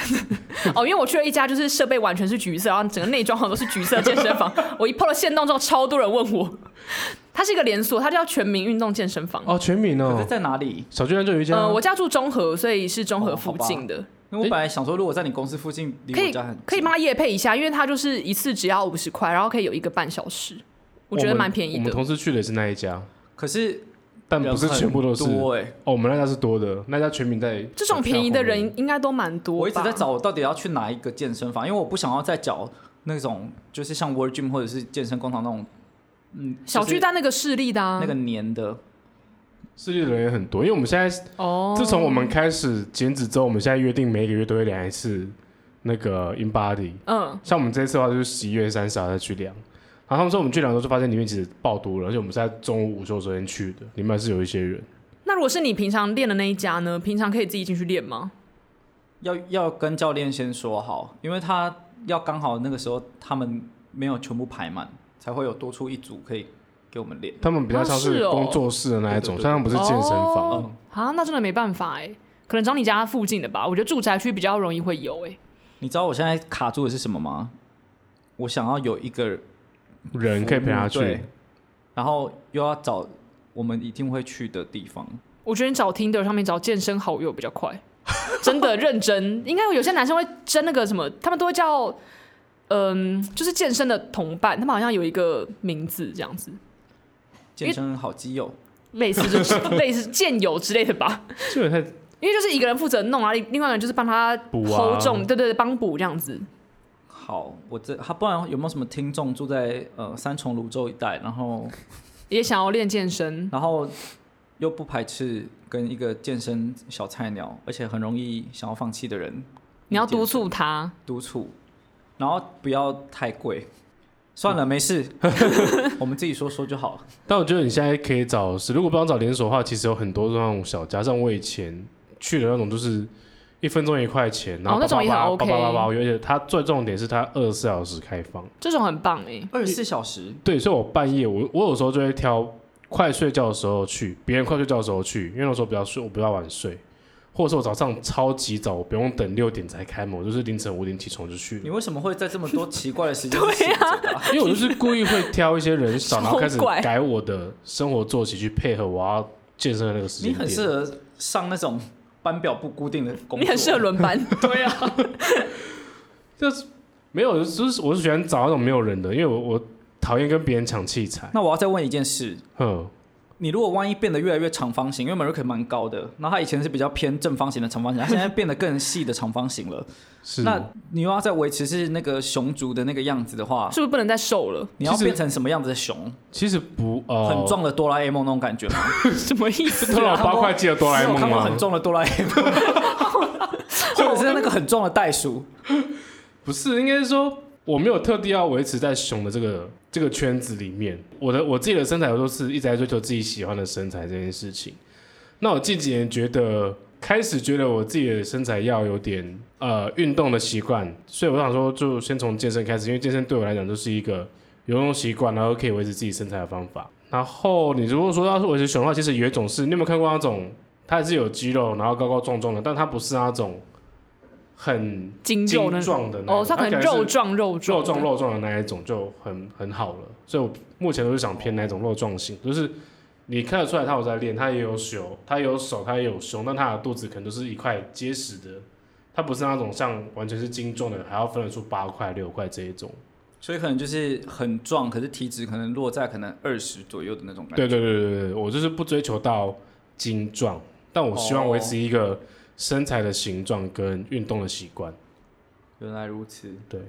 Speaker 1: 哦，因为我去了一家就是设备完全是橘色，然后整个内装好像都是橘色的健身房。我一 PO 了线动之后，超多人问我，它是一个连锁，它叫全民运动健身房。
Speaker 3: 哦，全民
Speaker 2: 可是
Speaker 3: 哦，
Speaker 2: 在哪里？
Speaker 3: 小巨蛋就有一家
Speaker 1: 呃，
Speaker 3: 啊，
Speaker 1: 我家住中和，所以是中和附近的，
Speaker 2: 因为我本来想说，如果在你公司附近，离
Speaker 1: 可
Speaker 2: 我
Speaker 1: 以
Speaker 2: 家很近
Speaker 1: 可以帮他夜配一下，因为它就是一次只要五十块，然后可以有一个半小时，我觉得
Speaker 3: 们
Speaker 1: 蛮便宜
Speaker 3: 我们
Speaker 1: 的。
Speaker 3: 同事去的是那一家，
Speaker 2: 可是
Speaker 3: 但不是全部都是。
Speaker 2: 人很
Speaker 3: 哦，
Speaker 2: 多欸
Speaker 3: 我们那家是多的，那家全民在
Speaker 1: 这种便宜的
Speaker 3: 小巨蛋
Speaker 1: 人
Speaker 3: 后面
Speaker 1: 应该都蛮多吧。
Speaker 2: 我一直在找我到底要去哪一个健身房，因为我不想要再找那种就是像 World Gym 或者是健身工厂那种，嗯，
Speaker 1: 小巨蛋那个势力的啊，
Speaker 2: 就是那个年的。
Speaker 3: 世界的人也很多，因为我们现在
Speaker 1: 哦，
Speaker 3: 自从我们开始减脂之后，我们现在约定每一个月都会量一次那个 in body。
Speaker 1: 嗯，
Speaker 3: 像我们这次的话，就是十一月三十号再去量。然后他们说我们去量的时候，就发现里面其实爆多了，而且我们是在中午午休时间去的，里面还是有一些人。
Speaker 1: 那如果是你平常练的那一家呢？平常可以自己进去练吗？
Speaker 2: 要要跟教练先说好，因为他要刚好那个时候他们没有全部排满，才会有多出一组可以给我们练。
Speaker 3: 他们比较像
Speaker 1: 啊是
Speaker 3: 是
Speaker 1: 哦
Speaker 3: 工作室的那一种，
Speaker 2: 对对对
Speaker 3: 像他们不是健身房。
Speaker 1: 哦啊，那真的没办法哎、可能找你家附近的吧。我觉得住宅区比较容易会有哎、
Speaker 2: 你知道我现在卡住的是什么吗？我想要有一个
Speaker 3: 人可以陪他
Speaker 2: 服务对
Speaker 3: 去，
Speaker 2: 然后又要找我们一定会去的地方。
Speaker 1: 我觉得你找 Tinder 上面找健身好友比较快，真的认真。应该有些男生会争那个什么，他们都会叫嗯，就是健身的同伴，他们好像有一个名字这样子，
Speaker 2: 健身好基友，
Speaker 1: 类似就是类似健友之类的吧。
Speaker 3: 这个太
Speaker 1: 因为就是一个人负责弄啊，另另外一个人就是帮他
Speaker 3: 补啊
Speaker 1: hold 重，对对对，帮补这样子。
Speaker 2: 好，我这他不然有没有什么听众住在呃三重泸州一带，然后
Speaker 1: 也想要练健身，
Speaker 2: 然后又不排斥跟一个健身小菜鸟，而且很容易想要放弃的人，
Speaker 1: 你要督促他。
Speaker 2: 督促，然后不要太贵。算了，没事，我们自己说说就好了。
Speaker 3: 但我觉得你现在可以找，是如果不想找连锁的话，其实有很多那种小家，像我以前去的那种，就是一分钟一块钱，然
Speaker 1: 哦
Speaker 3: 后
Speaker 1: 那种也很
Speaker 3: 叭叭
Speaker 1: OK
Speaker 3: 叭叭叭叭，而且它最重点是它二十四小时开放。
Speaker 1: 这种很棒哎、
Speaker 2: 二十四小时，
Speaker 3: 对，所以我半夜我我有时候就会挑快睡觉的时候去，别人快睡觉的时候去，因为那时候比较睡，我比较晚睡，或者是我早上超级早，我不用等六点才开门，我就是凌晨五点起床就去了
Speaker 2: 你。为什么会在这么多奇怪的时间
Speaker 1: 对啊
Speaker 2: 醒着啊？
Speaker 3: 因为我就是故意会挑一些人少，然后开始
Speaker 1: 超怪
Speaker 3: 改我的生活作息去配合我要健身的那个时间
Speaker 2: 你
Speaker 3: 点。
Speaker 2: 很适合上那种班表不固定的 工作，
Speaker 1: 你很适合轮班，对啊，
Speaker 3: 就是没有，就是我是喜欢找那种没有人的，因为我我讨厌跟别人抢器材。
Speaker 2: 那我要再问一件事，
Speaker 3: 嗯，
Speaker 2: 你如果万一变得越来越长方形，因为 Marika 蛮高的，那他以前是比较偏正方形的长方形，他现在变得更细的长方形了。
Speaker 3: 是。
Speaker 2: 那你又要再维持是那个熊族的那个样子的话，
Speaker 1: 是不是不能再瘦了？
Speaker 2: 你要
Speaker 3: 其实
Speaker 2: 变成什么样子的熊？
Speaker 3: 其实不呃，
Speaker 2: 很重的哆啦 A 梦那种感觉吗？
Speaker 1: 哦 什么意 思？啊
Speaker 3: 是那种八块肌的哆啦 A
Speaker 2: 你有
Speaker 3: 梦
Speaker 2: 看过
Speaker 3: 吗
Speaker 2: 很？重的哆啦 A 梦， 或者是那个很重的袋鼠，
Speaker 3: 不是，应该是说我没有特地要维持在熊的这个这个圈子里面。我的我自己的身材，我都是一直在追求自己喜欢的身材这件事情。那我近几年觉得，开始觉得我自己的身材要有点呃运动的习惯，所以我想说，就先从健身开始，因为健身对我来讲就是一个有用习惯，然后可以维持自己身材的方法。然后你如果说要是维持熊的话，其实有一种是，你有没有看过那种，它也是有肌肉，然后高高壮壮的，但它不是那种很
Speaker 1: 精
Speaker 3: 精
Speaker 1: 肉那种。
Speaker 3: 壮的那
Speaker 1: 哦，它
Speaker 3: 种
Speaker 1: 可能
Speaker 3: 起来是
Speaker 1: 肉壮肉壮
Speaker 3: 肉壮肉壮的那一种就很很好了，所以我目前都是想偏那种肉壮型，就是你看得出来他有在练，他也有手，他也有手，他也有胸，但他的肚子可能就是一块结实的，他不是那种像完全是精壮的，还要分得出八块六块这一种。
Speaker 2: 所以可能就是很壮，可是体脂可能落在可能二十左右的那种感觉。
Speaker 3: 对对对对对，我就是不追求到精壮，但我希望维持一个身材的形状跟运动的习惯。
Speaker 2: 原来如此，
Speaker 3: 对，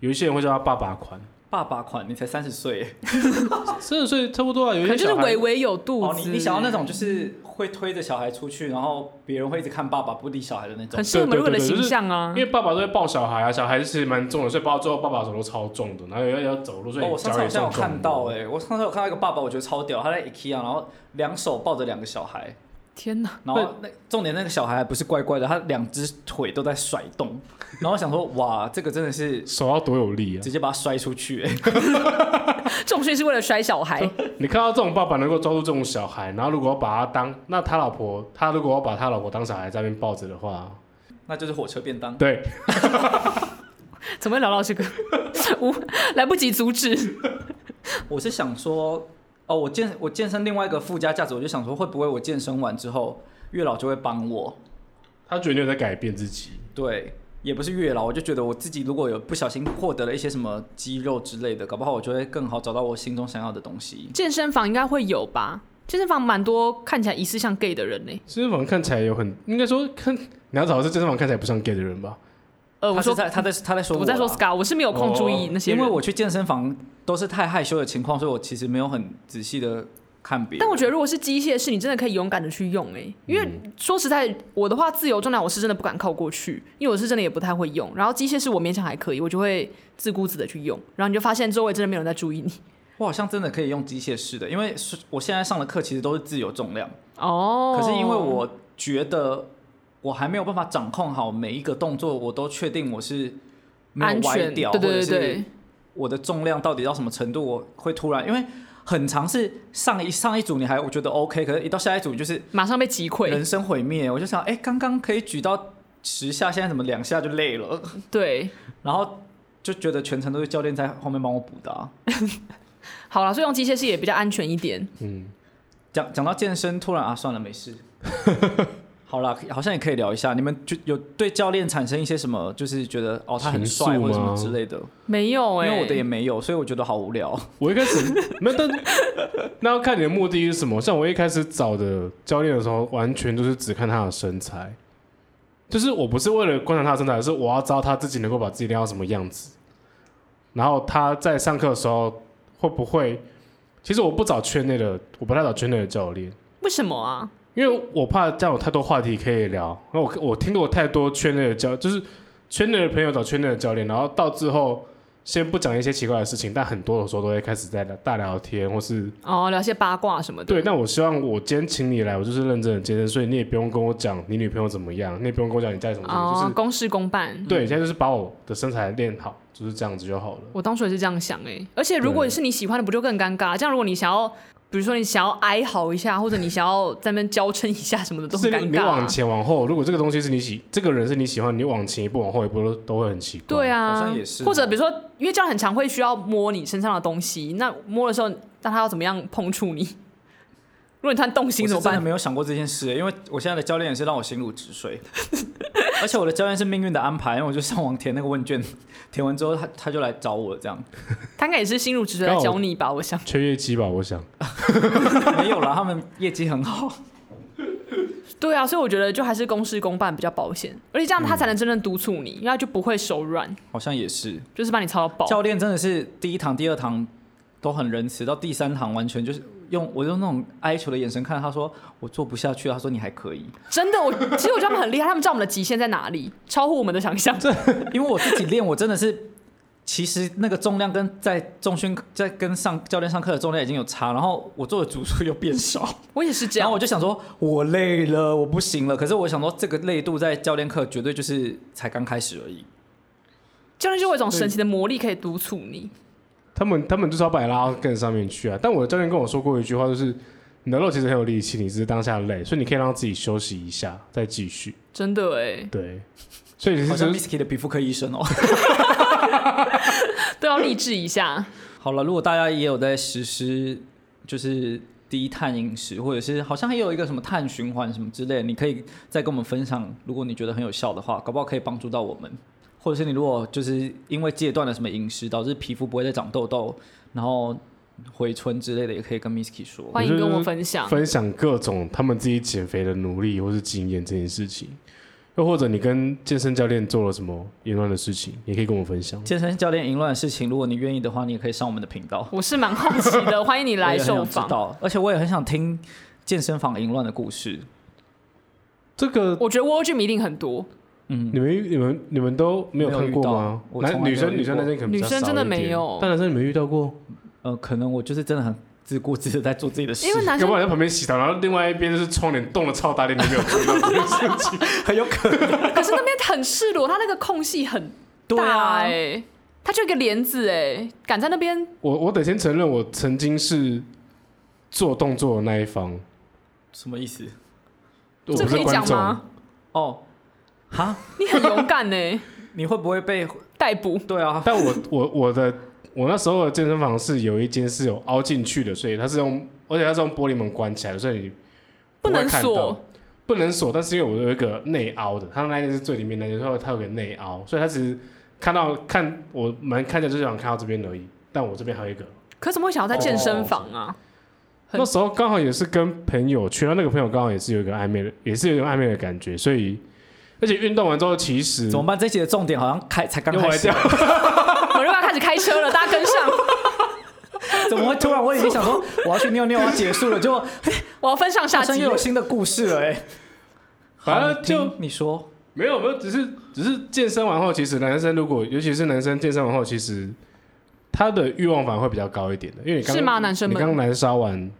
Speaker 3: 有一些人会叫他爸爸款，
Speaker 2: 爸爸款，你才三十岁耶，
Speaker 3: 三十岁差不多啊，有
Speaker 1: 可
Speaker 3: 一
Speaker 1: 能就
Speaker 3: 些
Speaker 1: 是
Speaker 3: 小孩
Speaker 1: 微微有肚
Speaker 2: 哦，
Speaker 1: 子。
Speaker 2: 你你想要那种就是会推着小孩出去，然后别人会一直看爸爸不理小孩的那种
Speaker 1: 很。适合我们日本的形象啊
Speaker 3: 因。为爸爸都会抱小孩啊，小孩子其实蛮重的，所以抱到最后爸爸手都超重的，然后要要走路，所
Speaker 2: 哦，
Speaker 3: 以
Speaker 2: 我上
Speaker 3: 脚
Speaker 2: 次好
Speaker 3: 也
Speaker 2: 像有
Speaker 3: 重重的。
Speaker 2: 看到哎、我上次有看到一个爸爸，我觉得超屌，他在 IKEA，然后两手抱着两个小孩，
Speaker 1: 天 哪，
Speaker 2: 然后那重点那个小孩还不是怪怪的，他两只腿都在甩动，然后我想说哇，这个真的是
Speaker 3: 手要多有力啊！
Speaker 2: 直接把他摔出去、欸，
Speaker 1: 重训是为了摔小孩，
Speaker 3: 你看到这种爸爸能够抓住这种小孩，然后如果把他当那他老婆，他如果要把他老婆当小孩在那边抱着的话，
Speaker 2: 那就是火车便当。
Speaker 3: 对，
Speaker 1: 怎么会聊到这个？ 无来不及阻止。
Speaker 2: 我是想说，哦，我健我健身另外一个附加价值，我就想说会不会我健身完之后，月老就会帮我？
Speaker 3: 他觉得你有在改变自己。
Speaker 2: 对，也不是月老，我就觉得我自己如果有不小心获得了一些什么肌肉之类的，搞不好我就会更好找到我心中想要的东西。
Speaker 1: 健身房应该会有吧？健身房蛮多看起来疑似像 gay 的人呢、
Speaker 3: 健身房看起来有很，应该说看你要找的是健身房看起来不像 gay 的人吧？
Speaker 1: 呃，
Speaker 2: 他
Speaker 1: 我
Speaker 2: 是
Speaker 1: 说
Speaker 2: 在他在他在说
Speaker 1: 我在
Speaker 2: 啦
Speaker 1: 说 Scar，我是没有空注意那些
Speaker 2: 因
Speaker 1: 人，
Speaker 2: 为我去健身房都是太害羞的情况，所以我其实没有很仔细的看别人。
Speaker 1: 但我觉得如果是机械式，你真的可以勇敢的去用哎、因为
Speaker 2: 嗯
Speaker 1: 说实在，我的话自由重量我是真的不敢靠过去，因为我是真的也不太会用。然后机械式我勉强还可以，我就会自顾自的去用，然后你就发现周围真的没有人在注 意你
Speaker 2: 我好像真的可以用机械式的，因为是我现在上的课其实都是自由重量，
Speaker 1: 哦
Speaker 2: 可是因为我觉得我还没有办法掌控好每一个动作，我都确定我是没
Speaker 1: 安
Speaker 2: 有歪
Speaker 1: 全，对
Speaker 2: 掉，
Speaker 1: 对对
Speaker 2: 或者是
Speaker 1: 对，
Speaker 2: 我的重量到底到什么程度，我会突然因为很长是上一上一组你还我觉得 OK，可是一到下一组就是
Speaker 1: 马上被击溃，
Speaker 2: 人生毁灭，我就想哎，刚刚可以举到十下，现在怎么两下就累了？
Speaker 1: 对。
Speaker 2: 然后就觉得全程都是教练在后面帮我补的、啊。
Speaker 1: 好了，所以用机械式也比较安全一点。
Speaker 3: 嗯，
Speaker 2: 讲讲到健身，突然啊，算了，没事。 好啦，好像也可以聊一下，你们就有对教练产生一些什么，就是觉得哦他很
Speaker 3: 情愫
Speaker 2: 帅或者什么
Speaker 3: 吗
Speaker 2: 之类的，
Speaker 1: 没有哎、
Speaker 2: 因为我的也没有，所以我觉得好无聊。
Speaker 3: 我一开始没有，但那要看你的目的是什么。像我一开始找的教练的时候，完全就是只看他的身材，就是我不是为了观察他的身材，而是我要知道他自己能够把自己练到什么样子。然后他在上课的时候会不会？其实我不找圈内的，我不太找圈内的教练，
Speaker 1: 为什么啊？
Speaker 3: 因为我怕这样有太多话题可以聊。那我我听过太多圈内的教，就是圈内的朋友找圈内的教练，然后到之后先不讲一些奇怪的事情，但很多的时候都会开始在聊大聊天，或是
Speaker 1: 哦，聊些八卦什么的。
Speaker 3: 对。那我希望我今天请你来，我就是认真的健身，所以你也不用跟我讲你女朋友怎么样，你也不用跟我讲你家里什么事情，
Speaker 1: 哦，
Speaker 3: 就是
Speaker 1: 公事公办。
Speaker 3: 对，现在就是把我的身材练好，就是这样子就好了。
Speaker 1: 我当初也是这样想哎、而且如果
Speaker 3: 对
Speaker 1: 是你喜欢的，不就更尴尬？这样如果你想要，比如说你想要哀嚎一下，或者你想要在那边娇嗔一下什么的，都
Speaker 3: 是
Speaker 1: 很
Speaker 3: 你
Speaker 1: 尴
Speaker 3: 你
Speaker 1: 尬、啊
Speaker 3: 往前往后，如果这个东西是你喜，这个人是你喜欢，你往前一步往后一步都都会很奇怪。
Speaker 1: 对
Speaker 2: 好
Speaker 1: 啊
Speaker 2: 像也，是
Speaker 1: 或者比如说，因为这样很常会需要摸你身上的东西，那摸的时候，那他要怎么样碰触你？ 如果你突然动心
Speaker 2: 我
Speaker 1: 怎
Speaker 2: 是
Speaker 1: 么
Speaker 2: 真的
Speaker 1: 办？
Speaker 2: 没有想过这件事，因为我现在的教练也是让我心如止水， 而且我的教练是命运的安排，因为我就上网填那个问卷， 填完之后他他就来找我这样，
Speaker 1: 他应该也是心如止水来教你吧？我想，
Speaker 3: 缺业绩吧，我想。
Speaker 2: 没有啦，他们业绩很好。
Speaker 1: 对啊，所以我觉得就还是公事公办比较保险，而且这样他才能真正督促
Speaker 2: 嗯
Speaker 1: 你，因为他就不会手软，
Speaker 2: 好像也是，
Speaker 1: 就是把你操到爆。
Speaker 2: 教练真的是第一堂、第二堂都很仁慈，到第三堂完全就是用我用那种哀求的眼神看他说我做不下去了，他说你还可以，
Speaker 1: 真的，我其实我觉得他们很厉害，他们知道我们的极限在哪里，超乎我们的想象。
Speaker 2: 因为我自己练我真的是。其实那个重量跟在重训在跟上教练上课的重量已经有差，然后我做的组数又变少，
Speaker 1: 我也是这
Speaker 2: 然
Speaker 1: 样
Speaker 2: 后我，就想说，我累了，我不行了。可是我想说，这个累度在教练课绝对就是才刚开始而已。
Speaker 1: 教练就有一种神奇的魔力可以督促你。
Speaker 3: 他们他们就是要把你拉到更上面去啊。但我的教练跟我说过一句话，就是你的肉其实很有力气，你只是当下累，所以你可以让自己休息一下，再继续。
Speaker 1: 真的 哎，
Speaker 3: 对，所以你
Speaker 2: 好
Speaker 3: 是
Speaker 2: 像
Speaker 3: 就是
Speaker 2: Misky 的皮肤科医生 哦。
Speaker 1: 都要励志一下。
Speaker 2: 好了，如果大家也有在实施就是低碳饮食，或者是好像还有一个什么碳循环什么之类的，你可以再跟我们分享。如果你觉得很有效的话，搞不好可以帮助到我们。或者是你如果就是因为戒断了什么饮食，导致皮肤不会再长痘痘，然后回春之类的，也可以跟 Misky 说。
Speaker 1: 欢迎跟我分享。
Speaker 3: 分享各种他们自己减肥的努力或是经验这件事情，又或者你跟健身教练做了什么淫乱的事情，也可以跟我分享。
Speaker 2: 健身教练淫乱的事情，如果你愿意的话，你也可以上我们的频道
Speaker 1: 我是蛮好奇 的，欢迎你来受访。
Speaker 2: 到，而且我也很想听健身房淫乱的故事。
Speaker 3: 这个
Speaker 1: 我觉得 w o r d r m 一定很多，
Speaker 2: 嗯，
Speaker 3: 你们你们你们都没有看
Speaker 2: 没有
Speaker 3: 过吗
Speaker 2: 遇到？我从来
Speaker 3: 男
Speaker 2: 没有
Speaker 3: 女
Speaker 2: 遇
Speaker 3: 生
Speaker 2: 过
Speaker 3: 女生那边可能比
Speaker 1: 女
Speaker 3: 较
Speaker 1: 生真的
Speaker 3: 少一点
Speaker 1: 没有
Speaker 3: 但男生你们遇到过？
Speaker 2: 呃，可能我就是真的很自顾自的在做自己的事，
Speaker 1: 因为男
Speaker 3: 要
Speaker 1: 生
Speaker 3: 不然在旁边洗澡，然后另外一边就是窗帘动了超 大力，你没有注意到这件事情。
Speaker 2: 很有可能。
Speaker 1: 可是那边很赤裸，它那个空隙很
Speaker 2: 对
Speaker 1: 大
Speaker 2: 啊
Speaker 1: 哎、它就一个帘子哎、敢在那边
Speaker 3: 我我得先承认，我曾经是做动作的那一方，
Speaker 2: 什么意思？
Speaker 3: 我
Speaker 1: 这
Speaker 3: 不
Speaker 1: 可
Speaker 3: 是
Speaker 1: 以
Speaker 3: 观
Speaker 1: 讲
Speaker 3: 众。
Speaker 1: 吗？
Speaker 2: 哦，哈，
Speaker 1: 你很勇敢呢、
Speaker 2: 你会不会被？
Speaker 1: 逮捕
Speaker 2: 对啊，
Speaker 3: 但我我我的我那时候的健身房是有一间是有凹进去的，所以它是用，而且它是用玻璃门关起来的，所以你
Speaker 1: 不能
Speaker 3: 会看
Speaker 1: 锁
Speaker 3: 到，不能锁。但是因为我有一个内凹的，它那间是最里面那间，所以它有个内凹，所以它只是看到看我门看起来就是想看到这边而已。但我这边还有一个，
Speaker 1: 可怎么会想要在健身房啊？很
Speaker 3: 那时候刚好也是跟朋友去，然后那个朋友刚好也是有一个暧昧的，也是有一个暧昧的感觉，所以而且运动完之后其实
Speaker 2: 怎么办？这集的重点好像开才刚
Speaker 3: 嗯又
Speaker 2: 开
Speaker 3: 歪
Speaker 2: 始，
Speaker 3: 掉，
Speaker 1: 我又要开始开车了，大家跟上，
Speaker 2: 怎么会突然？我已经想说我要去尿尿，要结束了，结果
Speaker 1: 我要分上下
Speaker 2: 好像
Speaker 1: 集
Speaker 2: 又
Speaker 1: 了
Speaker 2: 有。新的故事了哎、好
Speaker 3: 反正
Speaker 2: 你
Speaker 3: 就
Speaker 2: 听你说，
Speaker 3: 没有没有，只是只是健身完后，其实男生如果尤其是男生健身完后，其实他的欲望反而会比较高一点的，因为你刚
Speaker 1: 是吗男生
Speaker 3: 你
Speaker 1: 们
Speaker 3: 刚燃烧完，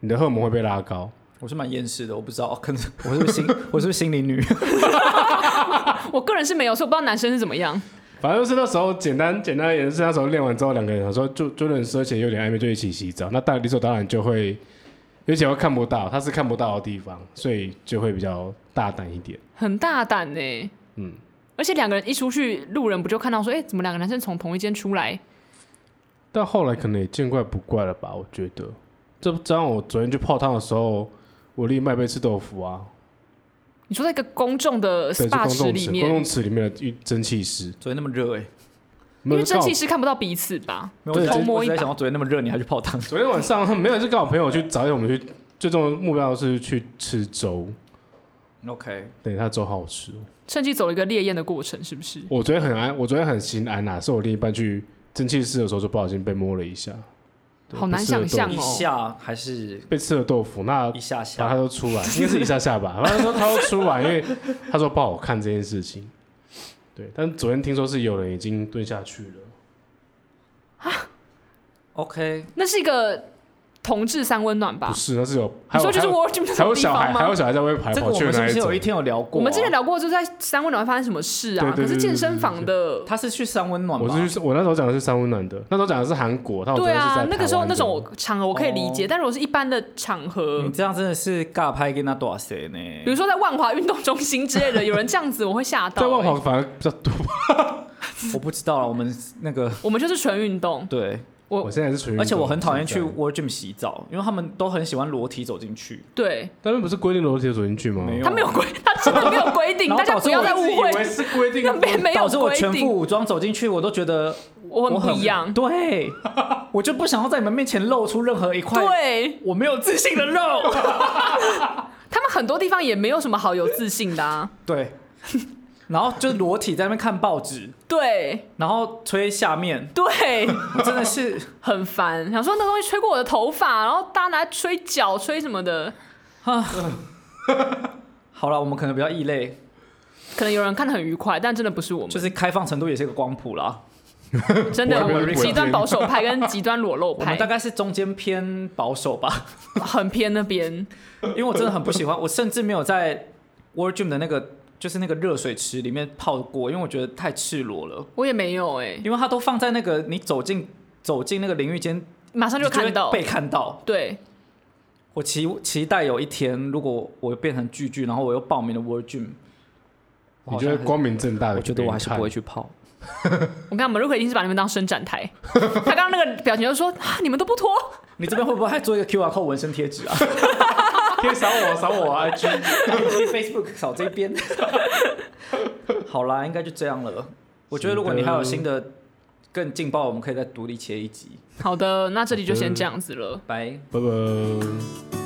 Speaker 3: 你的荷尔蒙会被拉高。
Speaker 2: 我是蛮厌世的，我不知道，可能我是不是心 我是不是心灵女？
Speaker 1: 我个人是没有，所以我不知道男生是怎么样。
Speaker 3: 反正就是那时候简单简单而言是那时候练完之后，两个人想说就就认识，而且有点暧昧，就一起洗澡。那当然理所当然就会，而且会看不到，他是看不到的地方，所以就会比较大胆一点。
Speaker 1: 很大胆呢、
Speaker 3: 嗯，
Speaker 1: 而且两个人一出去，路人不就看到说，哎、怎么两个男生从同一间出来？
Speaker 3: 但后来可能也见怪不怪了吧？我觉得，这这让我昨天去泡汤的时候，我另外被吃豆腐啊，
Speaker 1: 你说在一个公众的
Speaker 3: 对，是
Speaker 1: SPA
Speaker 3: 公
Speaker 1: 池
Speaker 3: 众
Speaker 1: 里
Speaker 3: 池，公
Speaker 1: 面，
Speaker 3: 众池里面的一蒸汽室，
Speaker 2: 昨天那么热哎、
Speaker 1: 因
Speaker 3: 没有
Speaker 1: 为
Speaker 3: 就
Speaker 1: 蒸
Speaker 3: 刚好
Speaker 1: 汽是看不到彼此吧？
Speaker 2: 没有，我只
Speaker 1: 偷
Speaker 2: 是
Speaker 1: 摸
Speaker 2: 我
Speaker 1: 一
Speaker 2: 只
Speaker 1: 把
Speaker 2: 在想到昨天那么热，你还去泡汤？
Speaker 3: 昨天晚上 没有，就跟我朋友去早点，我们去最终的目标是去吃粥，
Speaker 2: OK，
Speaker 3: 对，他粥好好吃哦。
Speaker 1: 趁机走了一个烈焰的过程，是不是？
Speaker 3: 我昨天很安，我昨天很心安呐、是我另一半去蒸汽室的时候就不小心被摸了一下，对
Speaker 1: 好难想象
Speaker 3: 不
Speaker 2: 一
Speaker 1: 哦。
Speaker 2: 下还是
Speaker 3: 被吃了豆腐，那
Speaker 2: 一下
Speaker 3: 把他
Speaker 2: 下？
Speaker 3: 都出来，应该是一下下吧，反 正说他都出来，因为他说不好看这件事情。对，但昨天听说是有人已经蹲下去了，
Speaker 2: OK，
Speaker 1: 那是一个同志三温暖吧
Speaker 3: 不？是，那是有，还
Speaker 1: 你
Speaker 3: 有
Speaker 1: 说就是
Speaker 3: 还
Speaker 1: w
Speaker 3: 有
Speaker 1: o r d r o
Speaker 3: 还有
Speaker 1: 地
Speaker 3: 小孩，
Speaker 1: 方
Speaker 3: 还
Speaker 1: 吗
Speaker 3: 有？小孩在外面跑来
Speaker 2: 这个
Speaker 3: 跑
Speaker 2: 我
Speaker 3: 去的
Speaker 2: 们是
Speaker 3: 那
Speaker 2: 不
Speaker 3: 一
Speaker 2: 是有
Speaker 3: 种
Speaker 2: 一。天有聊过、
Speaker 1: 我
Speaker 2: 啊
Speaker 1: 们之前聊过，就是在三温暖会发生什么事啊？
Speaker 3: 对对
Speaker 1: 可
Speaker 3: 对
Speaker 1: 是健身房的，
Speaker 2: 他是去三温暖吧，
Speaker 3: 我是去，我那时候讲的是三温暖的，那时候讲的是韩国，他我昨
Speaker 1: 对
Speaker 3: 天是在
Speaker 1: 啊，那
Speaker 3: 台
Speaker 1: 个时候
Speaker 3: 湾
Speaker 1: 那
Speaker 3: 的
Speaker 1: 种场合我可以理解，
Speaker 2: 哦
Speaker 1: 但如果是一般的场合
Speaker 2: 你，这样真的是尬拍跟他多少谁呢？
Speaker 1: 比如说在万华运动中心之类的，有人这样子，我会吓到。欸
Speaker 3: 在万华，反而比较多。
Speaker 2: 我不知道了，啊我们 那个
Speaker 1: 我们就是纯运动，
Speaker 2: 对，
Speaker 1: 我
Speaker 3: 我现在是纯运动，
Speaker 2: 而且我很讨厌去
Speaker 3: 现在
Speaker 2: War Gym 洗澡，因为他们都很喜欢裸体走进去，
Speaker 1: 对
Speaker 3: 他们不是规定楼梯走进去吗？
Speaker 2: 没有
Speaker 1: 他没有规， 他真的没有规定，
Speaker 2: 哦然
Speaker 1: 大家
Speaker 2: 后导致
Speaker 1: 不要
Speaker 2: 我
Speaker 1: 再
Speaker 3: 我一
Speaker 1: 误
Speaker 3: 直以为
Speaker 1: 会，
Speaker 3: 是规 定
Speaker 1: 那边没有
Speaker 2: 导致我
Speaker 1: 规
Speaker 2: 全副
Speaker 1: 定，
Speaker 2: 武装走进去，我都觉得
Speaker 1: 我很不一样。
Speaker 2: 对，我就不想要在你们面前露出任何一块
Speaker 1: 对
Speaker 2: 我没有自信的肉。
Speaker 1: 他们很多地方也没有什么好有自信的啊。
Speaker 2: 对，然后就裸体在那边看报纸，
Speaker 1: 对
Speaker 2: 然后吹下面，
Speaker 1: 对，
Speaker 2: 我真的是
Speaker 1: 很烦。想说那东西吹过我的头发，然后大家拿来吹脚、吹什么的，
Speaker 2: 好了，我们可能比较异类，
Speaker 1: 可能有人看得很愉快，但真的不是我们
Speaker 2: 就。是开放程度也是个光谱啦。
Speaker 1: 真的，
Speaker 3: 我还没
Speaker 1: 我
Speaker 3: 有
Speaker 1: 们
Speaker 3: 被
Speaker 1: 极
Speaker 3: 骗
Speaker 1: 端保守派 跟极端裸露
Speaker 2: 我
Speaker 1: 派
Speaker 2: 们大概是中间偏保守吧，
Speaker 1: 很偏那边。
Speaker 2: 因为我真的很不喜欢，我甚至没有在 War Gym 的那个就是那个热水池里面泡过，因为我觉得太赤裸了，
Speaker 1: 我也没有哎、
Speaker 2: 因为它都放在那个你走进走进那个淋浴间，
Speaker 1: 马上
Speaker 2: 你
Speaker 1: 就
Speaker 2: 就会
Speaker 1: 看到。
Speaker 2: 被看到。
Speaker 1: 对，
Speaker 2: 我期期待有一天，如果我变成巨巨，然后我又报名了 World Gym，我
Speaker 3: 你
Speaker 2: 好
Speaker 3: 觉
Speaker 2: 像
Speaker 3: 得
Speaker 2: 还是
Speaker 3: 光明正大的？
Speaker 2: 我觉得我还是不会。去泡。
Speaker 1: 我看马瑞克一定是把你们当伸展台，他刚刚那个表情就说啊，你们都不脱，
Speaker 2: 你这边会不会还做一个 QR code 纹身贴 纸啊
Speaker 3: 可以扫我扫我啊 IG，
Speaker 2: ？Facebook 扫这边。好啦，应该就这样了。我觉得如果你还有新的更劲爆，我们可以再独立切一集。
Speaker 1: 好的，那这里就先这样子了。
Speaker 2: 拜。
Speaker 3: 拜拜。